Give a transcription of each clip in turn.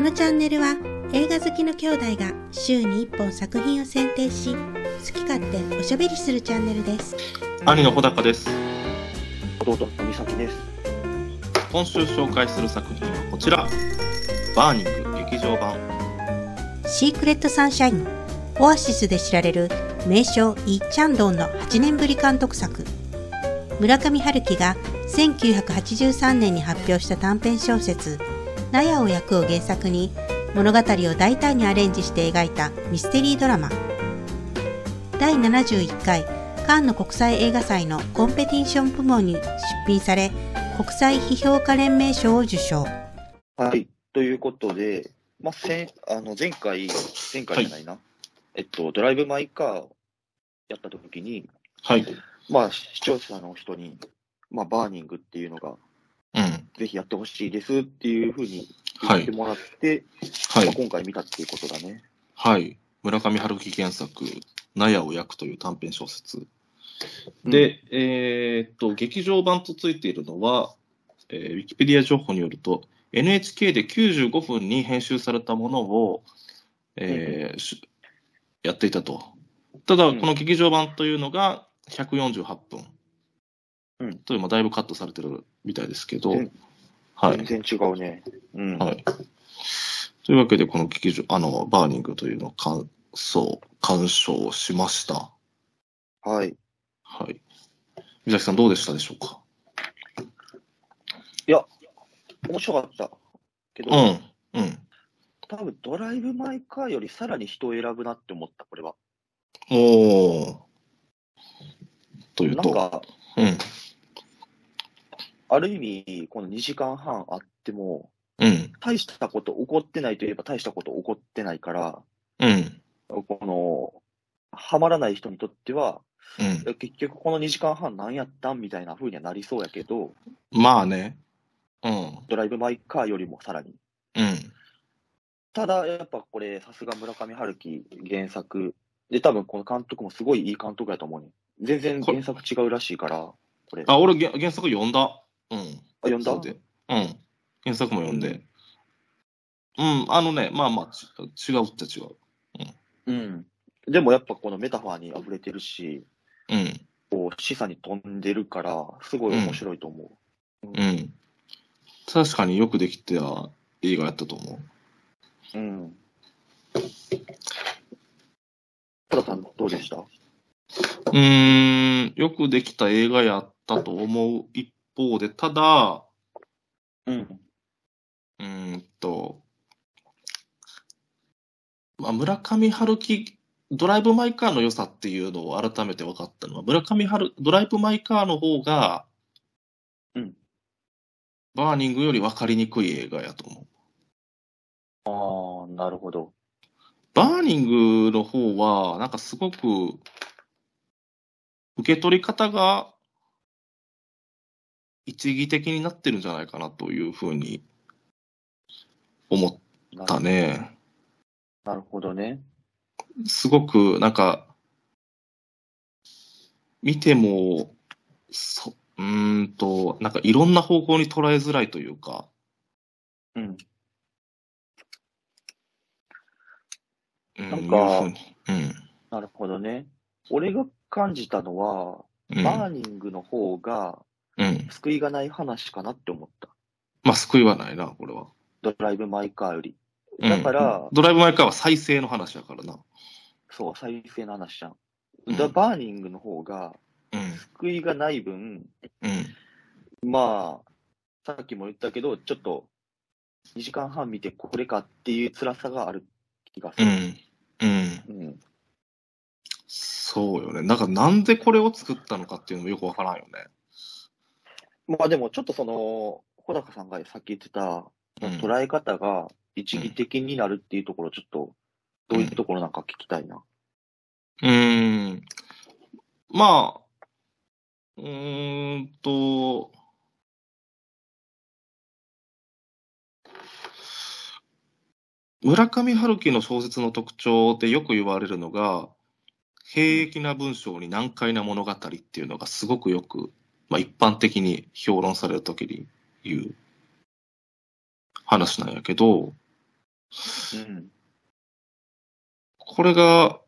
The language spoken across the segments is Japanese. のチャンネルは映画好きの兄弟が週に1本作品を選定し好き勝手おしゃべりするチャンネルです兄の穂高です弟の美咲です。今週紹介する作品はこちらバーニング劇場版シークレットサンシャインオアシスで知られる名将イ・チャンドンの8年ぶり監督作村上春樹が1983年に発表した短編小説「納屋を焼く」を原作に物語を大胆にアレンジして描いたミステリードラマ第71回カンヌ国際映画祭のコンペティション部門に出品され国際批評家連盟賞を受賞はい。ということで、まあ、せんあの前回、前回じゃないな、えっと、ドライブ・マイ・カーをやった時に、はいまあ、視聴者の人に、まあ、バーニングっていうのが、うんぜひやってほしいですっていうふうには言っていもらって、はまあ、い今回見たっていうことだね。はい村上春樹原作「納屋を焼く」という短編小説で、えーっと劇場版とついているのは、えーウィキペディア情報によると NHK で95分に編集されたものを、えーしやっていたとただうんこの劇場版というのが148分、うんという、まあ、だいぶカットされてるみたいですけど、うんはい、全然違うね。うん。はい。というわけで、この劇場、あの、バーニングというのを感想、鑑賞しました。はい。はい。三崎さん、どうでしたでしょうか面白かった。けど、うん。うん。多分ドライブ・マイ・カーよりさらに人を選ぶなって思った、これは。おー。というなと。んか、うん。ある意味、この2時間半あっても、うん。大したこと起こってないといえば大したこと起こってないから、うん。この、ハマらない人にとっては、うん。結局この2時間半何やったんみたいな風にはなりそうやけど、まあね。うん。ドライブ・マイ・カーよりもさらに。うん。ただ、やっぱこれ、さすが村上春樹原作。で、多分この監督もすごいいい監督やと思うね。全然原作違うらしいから、これ。あ、俺、原原作読んだ。うん。あ読んだそうで。うん。原作も読んで。うん、あのね、まあまあ、ち違うっちゃ違う。うん。でもやっぱこのメタファーに溢れてるし、うん。こう、示唆に飛んでるから、すごい面白いと思う。うん。確かによくできてた映画やったと思うん。たださん、どうでしたう。うーん、よくできた映画やったと思う一方で、ただ、うん。うーんと、まあ、村上春樹、ドライブ・マイ・カーの良さっていうのを改めて分かったのは、村上春、ドライブ・マイ・カーの方が、うん。バーニングより分かりにくい映画やと思う。ああ、なるほど。バーニングの方は、なんかすごく、受け取り方が、一義的になってるんじゃないかなというふうに思っなたね。なるほどね。すごく、なんか、見ても、そ、うーんと、なんかいろんな方向に捉えづらいというか、うん。うん、なんかいうふうになるほどね。俺が感じたのは、うん。うん。バーニングの方がうん。救いがない話かなって思った。まあ、救いはないな、これは。ドライブ・マイ・カーより。うんだから、ドライブ・マイ・カーは再生の話だからな。そう、再生の話じゃん。うんだバーニングの方がう救いがない分、ん。うん。まあ、さっきも言ったけど、ちょっと、2時間半見てこれかっていう辛さがある気がすうる。ん。うん。うん。そうよね。なんか、なんでこれを作ったのかっていうのもよくわからんよまあでも、ちょっとその、小高さんがさっき言ってた、ね。うん、捉え方が一義的になるっていうところ、ちょっと、どういうところなんか聞きたいな。うーん。まあ、うーんと、村上春樹の小説の特徴でよく言われるのが、平易な文章に難解な物語っていうのがすごくよく、まあ、一般的に評論されるときに言う話なんやけど、うん。これが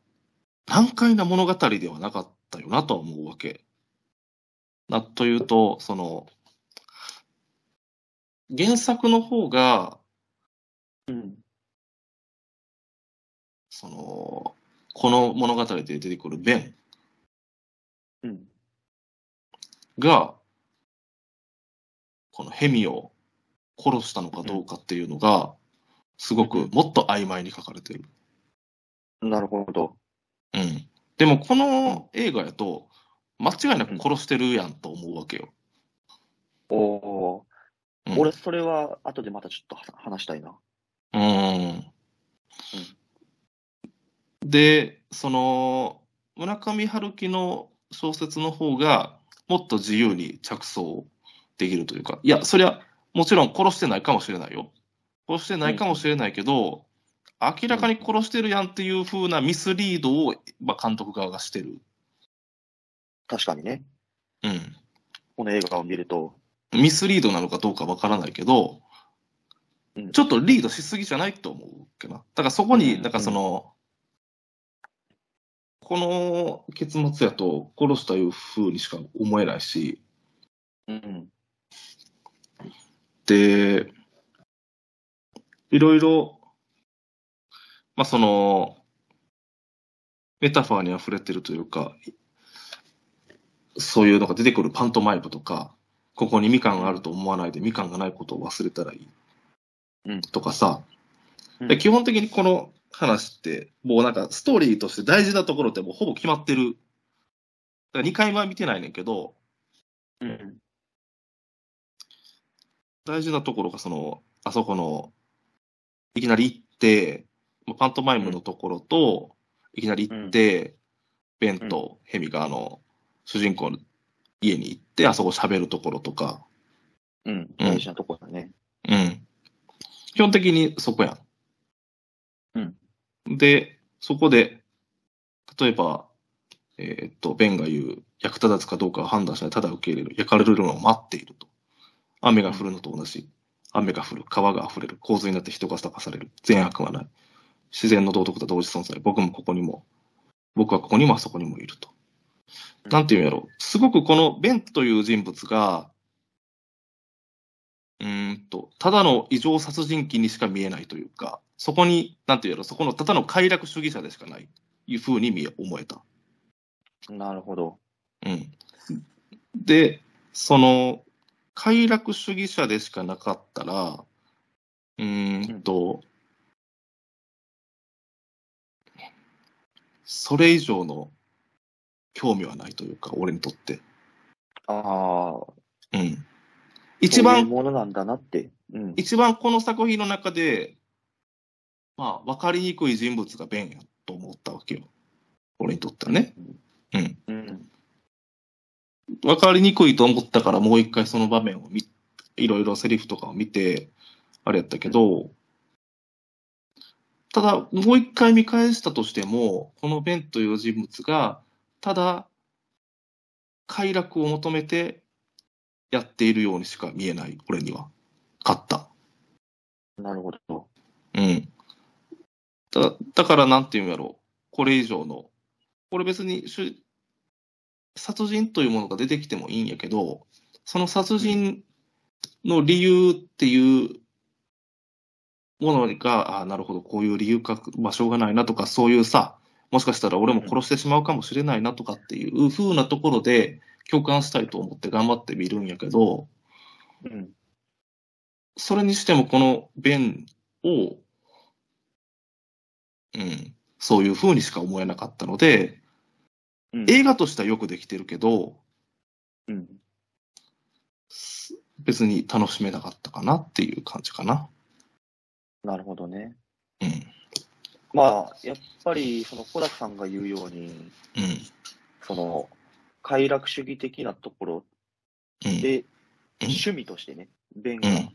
難解な物語ではなかったよなとは思うわけ。なというと、その、原作の方が、うん。その、この物語で出てくるベンうん。が、このヘミを殺したのかどうかっていうのが、すごくもっと曖昧に書かれてる。なるほど。うん。でもこの映画やと、間違いなく殺してるやんと思うわけよ。おおー、うん俺、それは後でまたちょっとは話したいな。うん。で、その、村上春樹の小説の方が、もっと自由に着想できるというか、いや、そりゃ、もちろん殺してないかもしれないよ。殺してないかもしれないけど、明らかに殺してるやんっていう風なミスリードを、まあ、監督側がしてる。確かにね。うん。この映画を見ると。ミスリードなのかどうかわからないけどうん、ちょっとリードしすぎじゃないと思うけどな。だからそこうに、んなんかその、この結末やと殺したいう風にしか思えないし、うん。で、いろいろ、まあその、メタファーに溢れてるというか、そういうのが出てくるパントマイプとか、ここにみかんがあると思わないでみかんがないことを忘れたらいい。うんとかさ、うんで基本的にこの話って、もうなんかストーリーとして大事なところってもうほぼ決まってる。だから2回目は見てないねんけど、うん。大事なところが、その、あそこの、いきなり行って、まあパントマイムのところと、いきなり行って、ベンとヘミが、あの、主人公の家に行って、あそこ喋るところとか、うん。大事なとこだね。うん。基本的にそこやん。うん。で、そこで、例えば、えーっと、ベンが言う、役立たずかどうかを判断しない、ただ受け入れる、焼かれるのを待っていると。雨が降るのと同じ。雨が降る、川が溢れる、洪水になって人が咲かされる、善悪はない。自然の道徳と同時存在、僕もここにも、僕はここにもあそこにもいると。うんなんていうんやろう。すごくこのベンという人物が、うーんと、ただの異常殺人鬼にしか見えないというか、そこに、なんていうんやろう、そこのただの快楽主義者でしかない、いうふうに見え、思えた。なるほど。うん。で、その、快楽主義者でしかなかったら、うーんと、それ以上の興味はないというか、俺にとって。ああ、うん。一番そういうものなんだなって。うん。一番この作品の中で、まあ、分かりにくい人物がベンやと思ったわけよ。俺にとってはね。うん。うん。分かりにくいと思ったから、もう一回その場面を見、いろいろセリフとかを見て、あれやったけど、ただ、もう一回見返したとしても、このベンという人物が、ただ、快楽を求めてやっているようにしか見えない、俺には。勝った。なるほど。うん。だだから、なんていうんやろう。これ以上の。これ別に主、殺人というものが出てきてもいいんやけど、その殺人の理由っていうものが、ああ、なるほど、こういう理由か、まあ、しょうがないなとか、そういうさ、もしかしたら俺も殺してしまうかもしれないなとかっていう風なところで共感したいと思って頑張ってみるんやけど、うん。それにしてもこの弁を、うん、そういう風にしか思えなかったので、うん映画としてはよくできてるけど、うん。す別に楽しめなかったかなっていう感じかな。なるほどね。うん、まあ、やっぱり、その、小田さんが言うように、うその、快楽主義的なところん、うん、で、うん趣味としてね、弁うがん、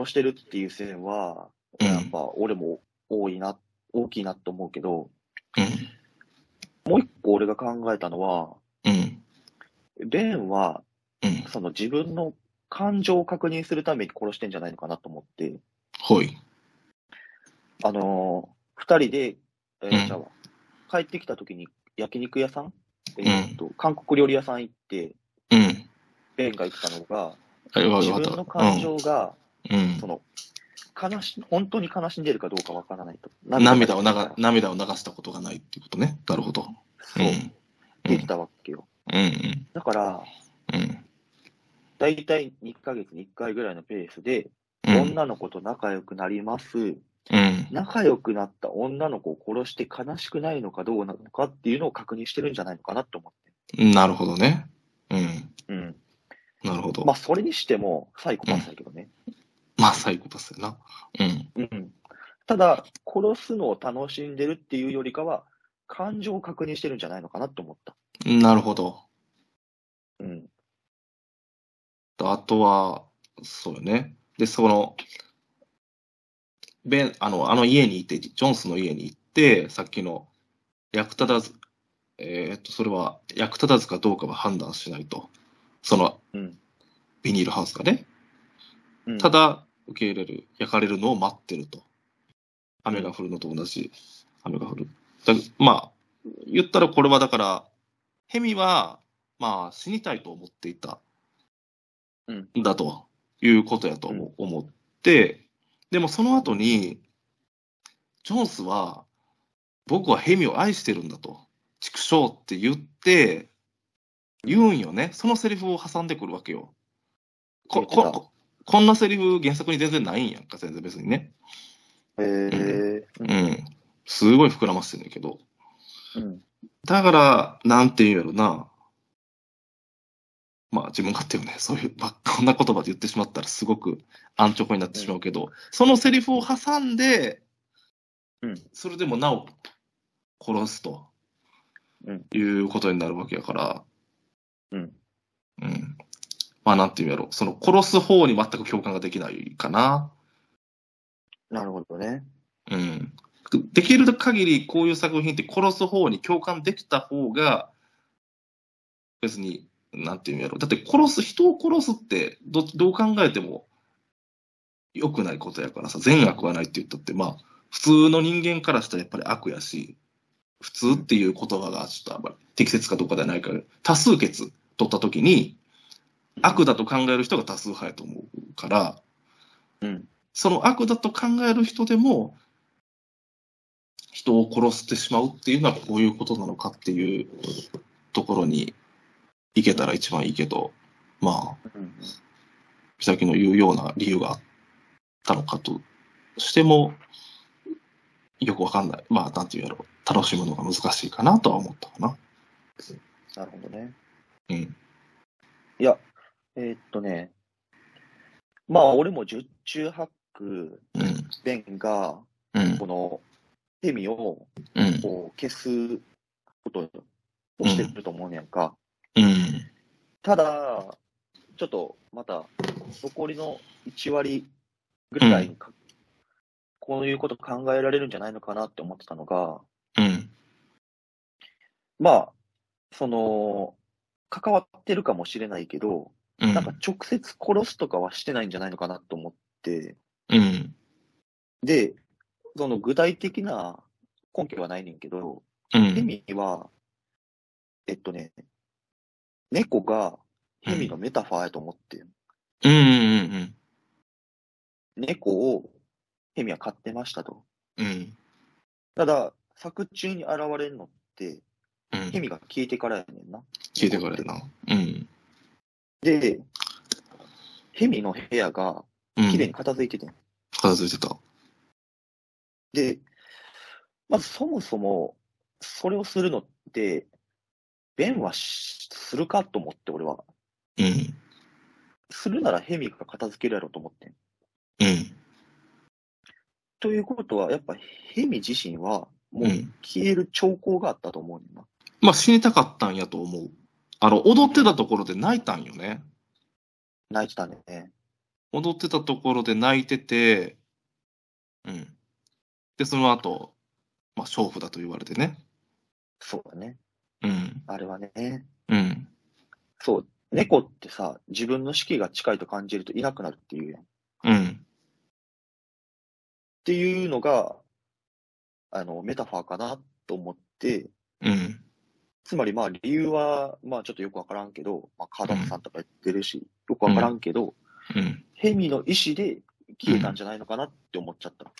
殺してるっていう線は、うんやっぱ俺も多いな、大きいなと思うけど、うん、もう一個俺が考えたのは、うん、ベンは、うん、その自分の感情を確認するために殺してんじゃないのかなと思って、ほい。あのー二人で、えーうんじゃあ帰ってきた時に焼肉屋さん、えんーっと、韓国料理屋さん行って、うん。ベンが言ってたのが、あれは自よかっ分た。の感情が、うんその、悲し、本当に悲しんでるかどうかわからないと。うん。涙を流が出てきたら涙を流したことがないっていうことね。なるほど。うそう、ん。できたわけよ。うんうんだから、うんだいたい2ヶ月に1回ぐらいのペースで、うん。女の子と仲良くなります。うん。仲良くなった女の子を殺して悲しくないのかどうなのかっていうのを確認してるんじゃないのかなと思って。なるほどね。うん。うん。なるほど。ままあ、それにしても、サイコパスだけどね。あ、サイコパスやな。うん。うん。ただ、殺すのを楽しんでるっていうよりかは、感情を確認してるんじゃないのかなと思った。なるほど。うん。あとは、そうよね。で、その、ベン、あの、あの家にいて、ジョンスの家に行って、さっきの、役立たず、えーっと、それは、役立たずかどうかは判断しないと。その、うんビニールハウスがね。うんた、だ、受け入れる、焼かれるのを待ってると。雨が降るのと同じ、雨が降る。だまあ、言ったらこれはだから、ヘミは、まあ、死にたいと思っていた。うんだということやと思思って、でもその後に、ジョンスは、僕はヘミを愛してるんだと、畜生って言って、言うんよね。そのセリフを挟んでくるわけよ。こ言ってたこここんなセリフ原作に全然ないんやんか、全然別にね。えー、うん。すごい膨らませてんだけど。うん。だから、なんて言うんやろな。まあ、自分勝手よね。 そういう、ばっこんな言葉で言ってしまったらすごく安直になってしまうけど、そのセリフを挟んで、うんそれでもなお殺すと、うんいうことになるわけやから、うん。うん。まあ、なんて言うんやろ。その殺す方に全く共感ができないかな。なるほどね。うんできる限りこういう作品って殺す方に共感できた方が別になんていうんやろだって殺す人を殺すってどどう考えても良くないことやからさ善悪はないって言ったってまあ普通の人間からしたらやっぱり悪やし普通っていう言葉がちょっとあんまり適切かどうかではないから多数決取った時に悪だと考える人が多数派やと思うから。うん。その悪だと考える人でも、人を殺してしまうっていうのはこういうことなのかっていうところに行けたら一番いいけど、まあ、うん。美咲の言うような理由があったのかとしても、よくわかんない。まあ、なんていうんやろう。楽しむのが難しいかなとは思ったかな。なるほどね。うん。いや、えーっとね、まあ、俺も十中八九、うん。ベンが、うん。この、ヘミをうん。こう消すことをしてると思うねやんか。うん。ただ、ちょっとまた、残りの1割ぐらいか、こういうこと考えられるんじゃないのかなって思ってたのが、うん。まあ、その、関わってるかもしれないけど、うん。なんか直接殺すとかはしてないんじゃないのかなと思って、うん。で、その具体的な根拠はないねんけうど、ヘん。ミは、えっとね、猫がヘミのメタファーやと思って、うん。うん。猫をヘミは飼ってましたと。うん。ただ、作中に現れるのって、うんヘ。ミが消えてからやねんな。聞いてくれるな。うん。で、ヘミの部屋がうん綺麗に片付いててん、片付いてた。で、まずそもそも、それをするのって、弁はしするかと思って、俺は。うん。するならヘミが片付けるやろうと思ってん。うん。ということは、やっぱヘミ自身は、もう。うん消える兆候があったと思うねんな。まあ死にたかったんやと思う。あの、踊ってたところで泣いたんよね。泣いてたね。踊ってたところで泣いてて、うん。で、その後、まあ、娼婦だと言われてね。そうだね。うん。あれはね。うん。そう。猫ってさ、自分の死期が近いと感じるといなくなるっていうやん。っうん。ていうのが、あの、メタファーかなと思って、うん。つまりまあ理由は、まあちょっとよくわからんけど、まあカーダムさんとか言ってるし、よくわからんけど、うん。ヘミの意思で消えたんじゃないのかなって思っちゃった。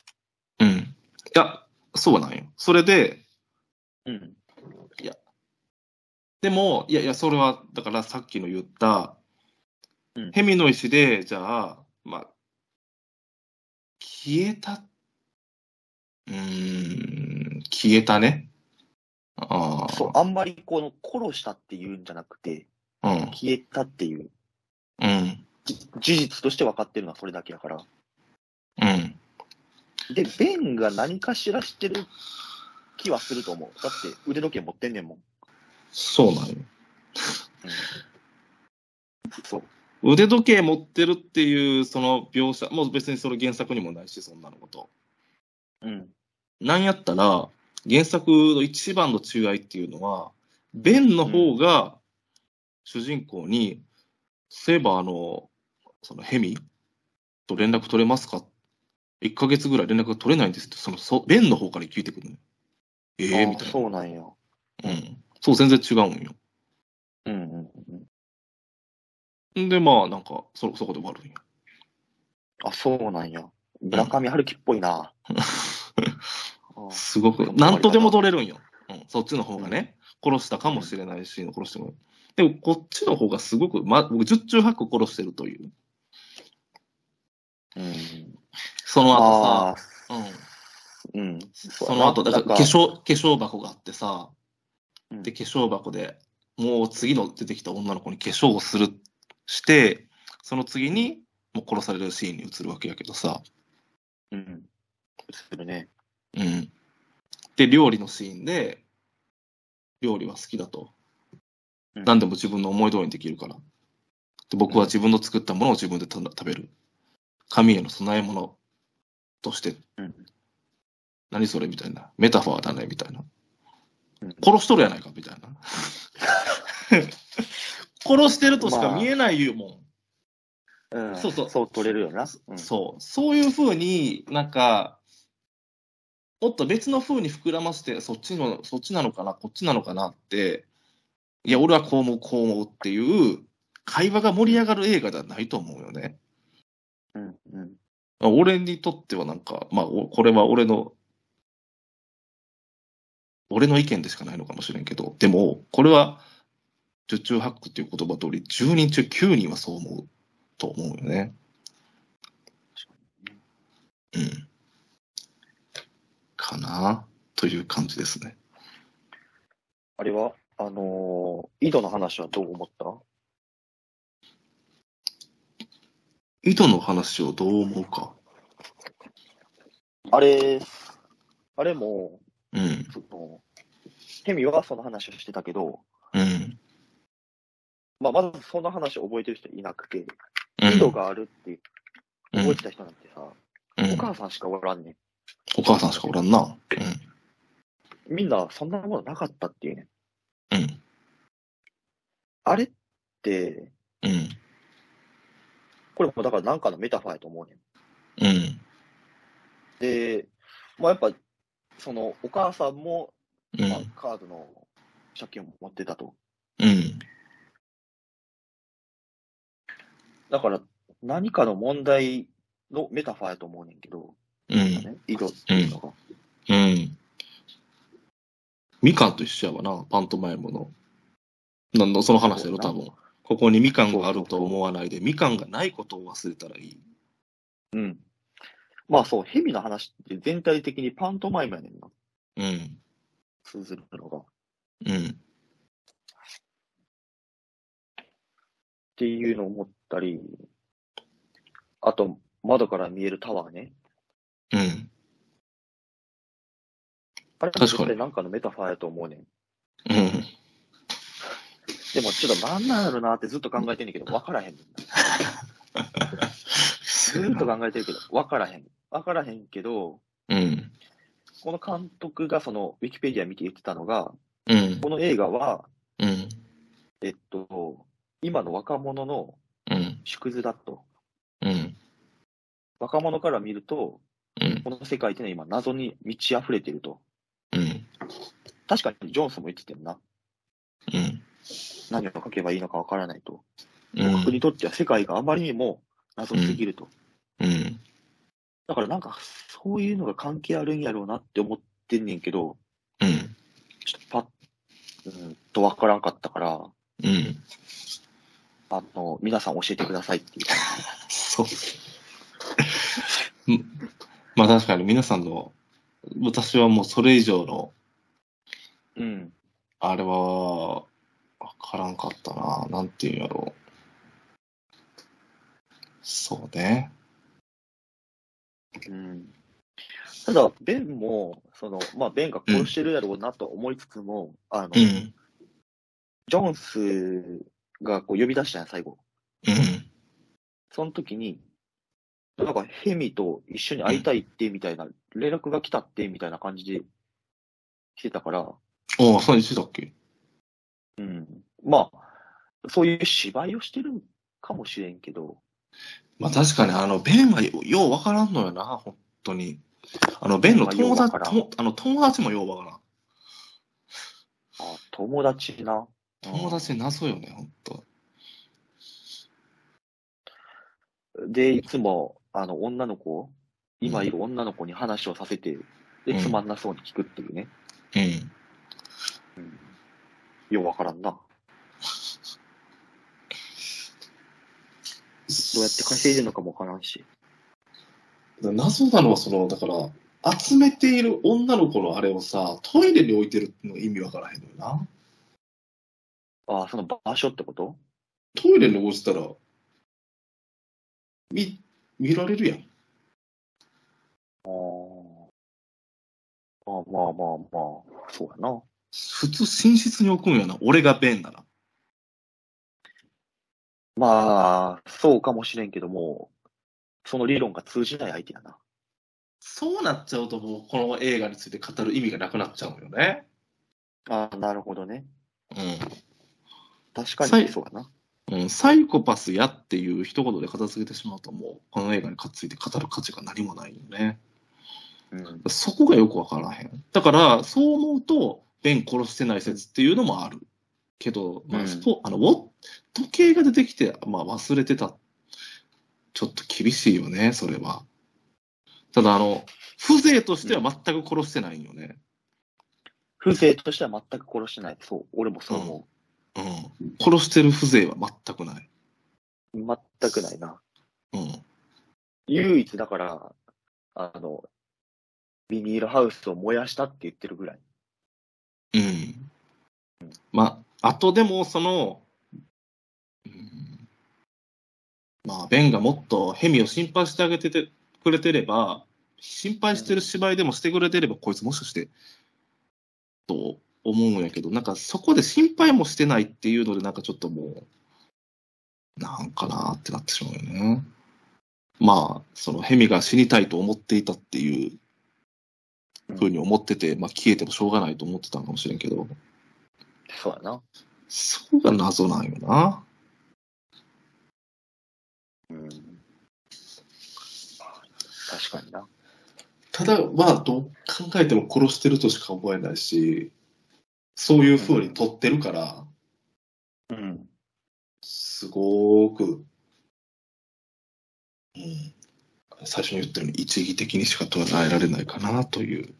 うん。いや、そうなんよ。それで、うん。でも、いやいや、それは、だからさっきの言った、うんヘミの石で、じゃあ、まあ、消えた、うーん、消えたね。ああ、そう、あんまりこの殺したっていうんじゃなくて、うん、消えたっていう、うん、じ事実として分かってるのはそれだけだから。うん。で、ベンが何かしらしてる気はすると思う。だって腕時計持ってんねんもん。そうなんよ。そう。腕時計持ってるっていう、その描写、もう別にそれ原作にもないし、そんなのこと。うん。なんやったら、原作の一番の中愛っていうのは、ベンの方が主人公に、そういえばあの、そのヘミと連絡取れますか ?1 ヶ月ぐらい連絡が取れないんですって、その、そベンの方から聞いてくるのよ。ええあーみたいな。そうなんや。うん。そう、全然違うんよ。うんうんうん。んで、まあ、なんか、そ、そこで終わるんよ。あ、そうなんや。村上春樹っぽい な。あーすごく、なんとでも取れるんよ。うん、そっちの方がね、殺したかもしれないし、殺しても。でも、こっちの方がすごく、ま、僕、十中八個殺してるという。うん。そのあ後あ、さ、うん。うん。その後、だから、化粧、化粧箱があってさ、うんで、化粧箱でもう次の出てきた女の子に化粧をする、して、その次に、もう殺されるシーンに移るわけやけどさ、うん。するね。うん。で、料理のシーンで、料理は好きだと。うん何でも自分の思い通りにできるから。で僕は自分の作ったものを自分でた食べる。神への供え物として、うん何それみたいな。メタファーだねみたいな。うん殺しとるやないかみたい な。殺してるとしか見えないよもん。うん。そうそうそう取れるよな。うんそう、そういうふうになんか、もっと別のふうに膨らませて、そっちの、そっちなのかな、こっちなのかなって、いや、俺はこう思う、こう思うっていう、会話が盛り上がる映画ではないと思うよね。うん。うん。俺にとってはなんか、まあ、おこれは俺の、俺の意見でしかないのかもしれんけど、でも、これは、十中八九っていう言葉通り、10人中9人はそう思うと思うよね。うん。かなという感じですね。あれは、あのー、井戸の話はどう思っ井戸の話をどう思うか。たあれ、あれも、うん。その、ケミはその話をしてたけど、うん。まあ、まずその話を覚えてる人いなくて、うん井戸があるってうん覚えてた人なんてさ、うんお母さんしかおらんねん。お母さんしかおらんな。みんなそんなものなかったっていうね。うん。うん。あれって、うん。これもだからなんかのメタファーやと思うねん。うん。で、まあ、やっぱ、その、お母さんも、うまあん。カードの借金を持ってたと。うん。だから、何かの問題のメタファーやと思うねんけど、うん。ね、井戸っていうのが。うん。みかんと一緒やわな、パントマイムの。なんのその話だろ、そ多うな分。ここにみかんがあると思わないで、みかんがないことを忘れたらいい。うん。まあそう、ヘビの話って全体的にパントマイムやねんな、うん。通ずるのが。っうん。ていうのを思ったり、あと、窓から見えるタワーね。うん。あれ確かに絶対なんかのメタファーやと思うねん。うん。でもちょっとなんなんやろなってずっと考えてんねんけど、わからへんねんな。ずーっと考えてるけど、わからへん。わからへんけど、うん。この監督がその、ウィキペディア見て言ってたのが、うん。この映画は、うん。えっと、今の若者のうん。縮図だと。うん。若者から見ると、うんこの世界ってね、今、謎に満ち溢れてると。うん確かにジョンソンも言ってたよな。うん何を書けばいいのかわからないと。うん僕にとっては世界があまりにも謎すぎると。うんだからなんか、そういうのが関係あるんやろうなって思ってんねんけど、うんちょっとパッ、うんとわからんかったから、うんあの、皆さん教えてくださいっていう。そう。 うんまあ確かに皆さんの、私はもうそれ以上の、うん。あれは、わからんかったな。なんていうんやろう。そうね。うん。ただ、ベンも、その、まあ、ベンが殺してるやろうなと思いつつも、あの、うジん。ョンスがこう呼び出したんや、最後。うん。その時に、なんかヘミと一緒に会いたいって、みたいな、連絡が来たって、みたいな感じで来てたから、おうそうしてたっけうん。まあ、そういう芝居をしてるんかもしれんけど、まあ確かに、あの、ベンはようわからんのよな、本当に。あの、ベンのベン友はようわ達からとん、あの、友達もようわからん。あ友達な。友達謎よね、本当で、いつも、あの、女の子、今いる女の子に話をさせて、で、うんつまんなそうに聞くっていうね。うん。ようわからんな。どどうやって稼いでるのかもわからんし。謎なのはそのだから集めている女の子のあれをさトイレに置いてるの意味わからへんのよなああ、その場所ってことトイレに置いてたら見見られるやんああ。まあまあまあまあ、そうやな。普通寝室に置くんやな俺が便ならまあ、そうかもしれんけども、その理論が通じない相手やな。そうなっちゃうともうこの映画について語る意味がなくなっちゃうよねああ、なるほどね。う確かさにいそうやな。ん、うん、サイコパスやっていう一言で片付けてしまうともうこの映画について語る価値が何もないよねうん。そこがよくわからへん。だから、そう思うと、ベン殺してない説っていうのもある。けど、まうあ、んスポ、あの、ウォ時計が出てきて、まあ、忘れてた。ちょっと厳しいよね、それは。ただ、あの、風情としては全く殺してないよね。風情としては全く殺してない。そう、俺もそう思うん。殺してる風情は全くない。う。全くないな。うん。唯一だから、あの、ビニールハウスを燃やしたって言ってるぐらい。うん。まあ、あとでも、その、うん、まあ、ベンがもっとヘミを心配してあげててくれてれば、心配してる芝居でもしてくれてれば、こいつもしかして、と思うんやけど、なんかそこで心配もしてないっていうので、なんかちょっともう、なんかなーってなってしまうよね。まあ、そのヘミが死にたいと思っていたっていうふうに思ってて、まあ、消えてもしょうがないと思ってたのかもしれんけど、そうやな。そこが謎なんよな。うん。確かにな。ただ、まあ、どう考えても殺してるとしか思えないし、そういうふうに撮ってるから、うん。すごーく、うん、最初に言ったように一義的にしか捉えられないかなという。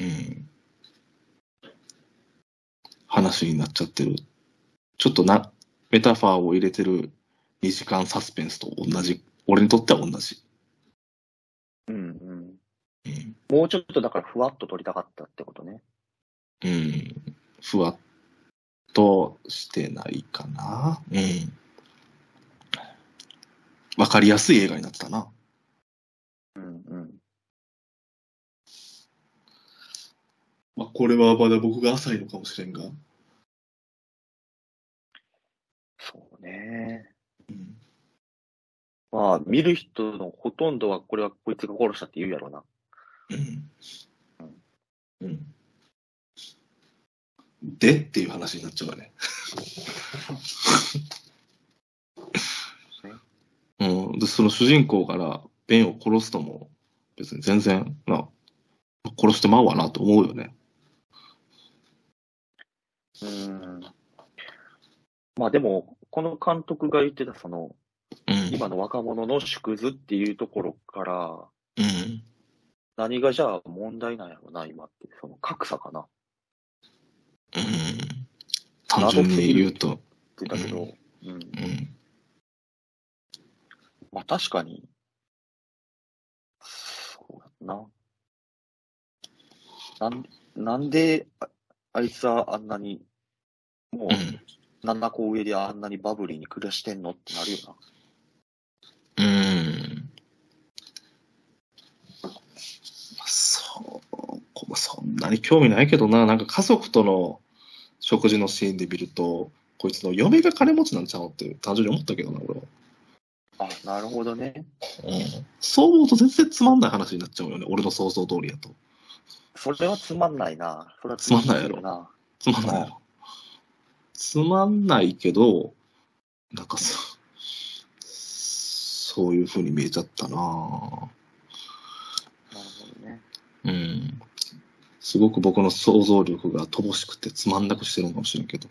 うん。話になっちゃってる。ちょっとな、メタファーを入れてる2時間サスペンスと同じ。俺にとっては同じ。うんうん。うん。もうちょっとだからふわっと撮りたかったってことね。うん。ふわっとしてないかな。うん。わかりやすい映画になってたな。うんうん。まあ、これはまだ僕が浅いのかもしれんが。そうね。うん。まあ、見る人のほとんどはこれはこいつが殺したって言うやろな。うん。うん。でっていう話になっちゃうわね。うん。で、その主人公からベンを殺すとも、別に全然、な、殺してまうわなと思うよね。うん。まあでも、この監督が言ってた、その、うん。今の若者の縮図っていうところから、うん。何がじゃあ問題なんやろな、今って。その格差かなっうん。単純に言うと、て言ったけど、うん。うん。まあ確かに、そうやな。なん、なんで、ああいつはあんなに、もうん。う、7個上であんなにバブリーに暮らしてんのってなるよな。うんそう、こそんなに興味ないけどな、なんか家族との食事のシーンで見ると、こいつの嫁が金持ちなんちゃうのって単純に思ったけどな、俺は。あ、なるほどね。うん、そう思うと全然つまんない話になっちゃうよね、俺の想像通りやと。それはつまんないな。それはつな。つまんないやろ。つまんないけど、なんかそ、そういう風に見えちゃったななるほどね。うん。すごく僕の想像力が乏しくてつまんなくしてるのかもしれんけど。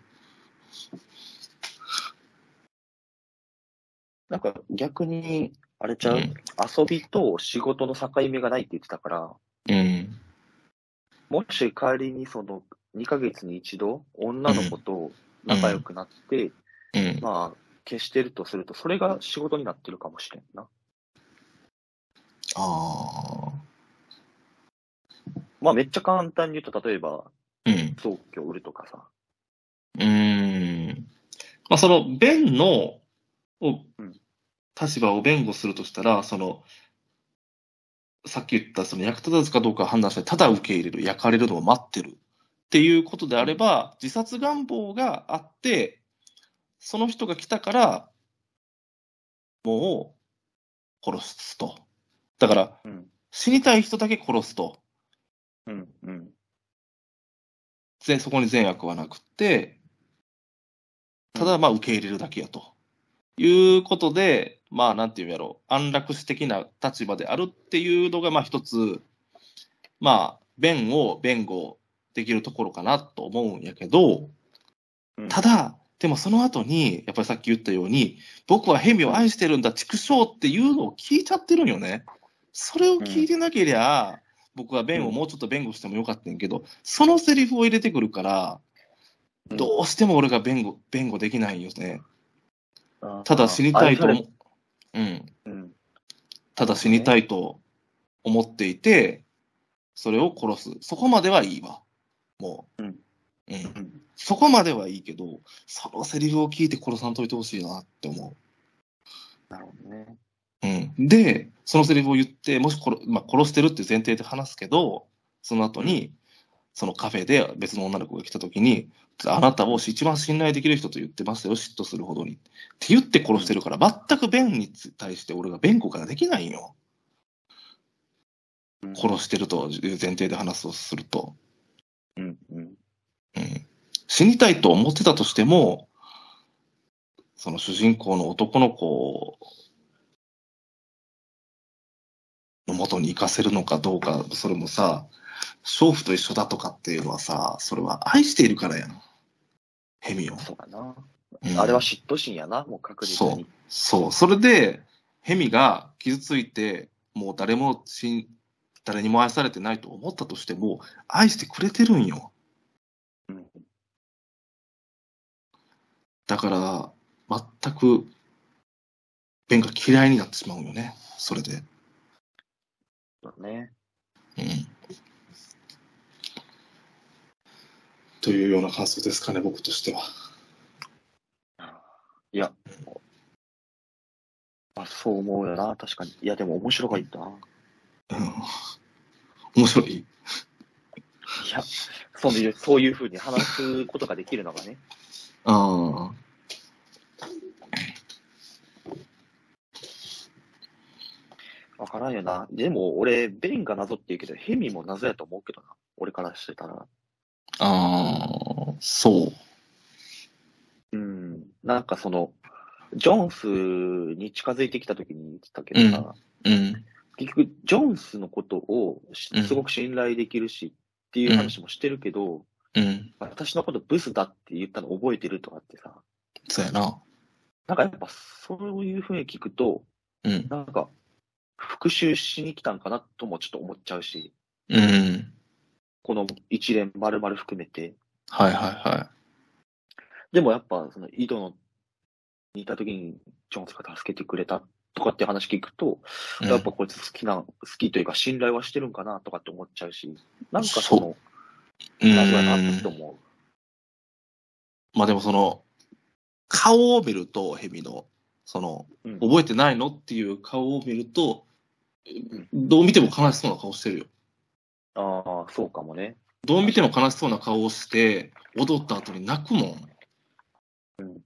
なんか逆に、あれちゃう、うん遊びと仕事の境目がないって言ってたから、うん。もし仮にその2ヶ月に一度女の子と仲良くなって、うん。まあ、消してるとすると、それが仕事になってるかもしれんな。ああ。まあ、めっちゃ簡単に言うと、例えば、うん。臓器を売るとかさ。うーん。まあ、その、弁の、をうん、立場を弁護するとしたら、その、さっき言った、その役立たずかどうか判断して、ただ受け入れる、焼かれるのを待ってるっていうことであれば、自殺願望があって、その人が来たから、もう、殺すと。だから、うん。死にたい人だけ殺すと。うん。うん。全そこに善悪はなくって、ただまあ受け入れるだけやと。いうことで、まあなんていうんやろう、安楽死的な立場であるっていうのが、まあ一つ、まあ、弁を弁護できるところかなと思うんやけど、うんただ、でもその後に、やっぱりさっき言ったように、僕はヘミを愛してるんだ、畜生っていうのを聞いちゃってるんよね。それを聞いてなけりゃ、僕は弁をもうちょっと弁護してもよかったんやけど、そのセリフを入れてくるから、うんどうしても俺が弁護弁護できないんよね。あーただ死にたいと愛され思、うん、うん。ただ死にたいと思っていて、それを殺す。そこまではいいわ。もう。うんうんうん。そこまではいいけど、そのセリフを聞いて殺さんといてほしいなって思う。なるほどね。うん、で、そのセリフを言って、もし殺,、まあ、殺してるっていう前提で話すけど、その後に、そのカフェで別の女の子が来た時に、あなたを一番信頼できる人と言ってましたよ、嫉妬するほどに。って言って殺してるから、全く弁に対して俺が弁護ができないんよ。うん殺してるという前提で話をすると。うん。うん。うん死にたいと思ってたとしても、その主人公の男の子の元に行かせるのかどうか、それもさ、娼婦と一緒だとかっていうのはさ、それは愛しているからやん。ヘミを。そうかな。うんあれは嫉妬心やな、もう確実に。そう。それで、ヘミが傷ついて、もう誰もしん、誰にも愛されてないと思ったとしても、愛してくれてるんよ。うんだから、全く、弁が嫌いになってしまうよね。それで。そうだね。うん。というような感想ですかね、僕としては。いや、まあ、そう思うよな、確かに。いや、でも面白かったな。うん。面白い。いや、そういう、そういうふうに話すことができるのがね。ああ。わからんよな。でも、俺、ベンが謎って言うけど、ヘミも謎やと思うけどな。俺からしてたら。ああ、そう。うん。なんかその、ジョンスに近づいてきた時に言ってたけどさ、うん。結局、ジョンスのことをしうんすごく信頼できるしっていう話もしてるけど、うん。私のことブスだって言ったの覚えてるとかってさ、そうやな。なんかやっぱそういうふうに聞くと、うん。なんか復讐しに来たんかなともちょっと思っちゃうし、うん。この一連丸々含めて。はいはいはでもやっぱその井戸のにいた時にジョンスが助けてくれたとかって話聞くと、い。うんやっぱこいつ好きな、好きというか信頼はしてるんかなとかって思っちゃうし、なんかその、うん謎やなって思う。まあでもその、顔を見ると、ヘビの、その、うん覚えてないのっていう顔を見ると、どう見ても悲しそうな顔してるよ。ああ、そうかもね。どう見ても悲しそうな顔をして、踊った後に泣くもん。うん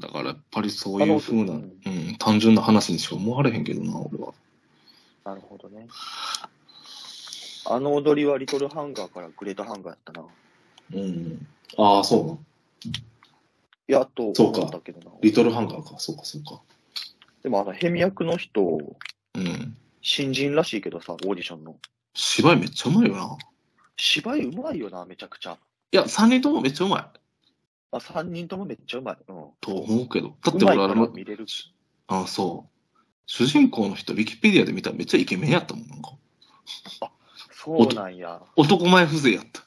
だからやっぱりそういう風な、あうのん、単純な話にしか思われへんけどな、俺は。なるほどね。あの踊りはリトルハンガーからグレートハンガーだったな。うん。ああ、そう。いや、とそうか思ったけどな。リトルハンガーか、そうか、そうか。でもあの、ヘミ役の人、うん。新人らしいけどさ、オーディションの。芝居めっちゃうまいよな。芝居うまいよな、めちゃくちゃ。いや、3人ともめっちゃうまいあ、3人ともめっちゃうまい。うん。と思うけど。だってうま俺、いかあらの、見れる。ああ、そう。主人公の人、ウィキペディアで見たらめっちゃイケメンやったもん、なんか。そうなんや。男前風情やった。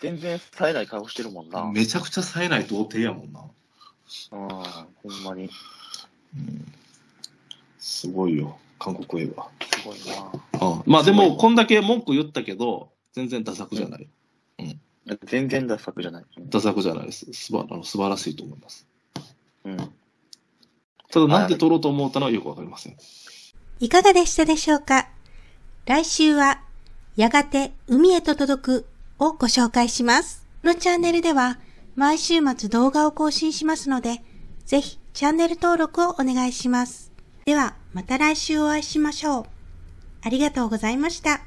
全然冴えない顔してるもんな。うん。めちゃくちゃ冴えない童貞やもんな。ほんまに。うんすごいよ、韓国映画。すごいな。あまあですごいも、わこんだけ文句言ったけど、全然ダサくじゃない。全然ダサくじゃない。ダサくじゃないです。すばあの素晴らしいと思います。うん。ただ、なんで撮ろうと思ったのはよくわかりません。いかがでしたでしょうか来週は、やがて海へと届くをご紹介します。このチャンネルでは、毎週末動画を更新しますので、ぜひチャンネル登録をお願いします。では、また来週お会いしましょう。ありがとうございました。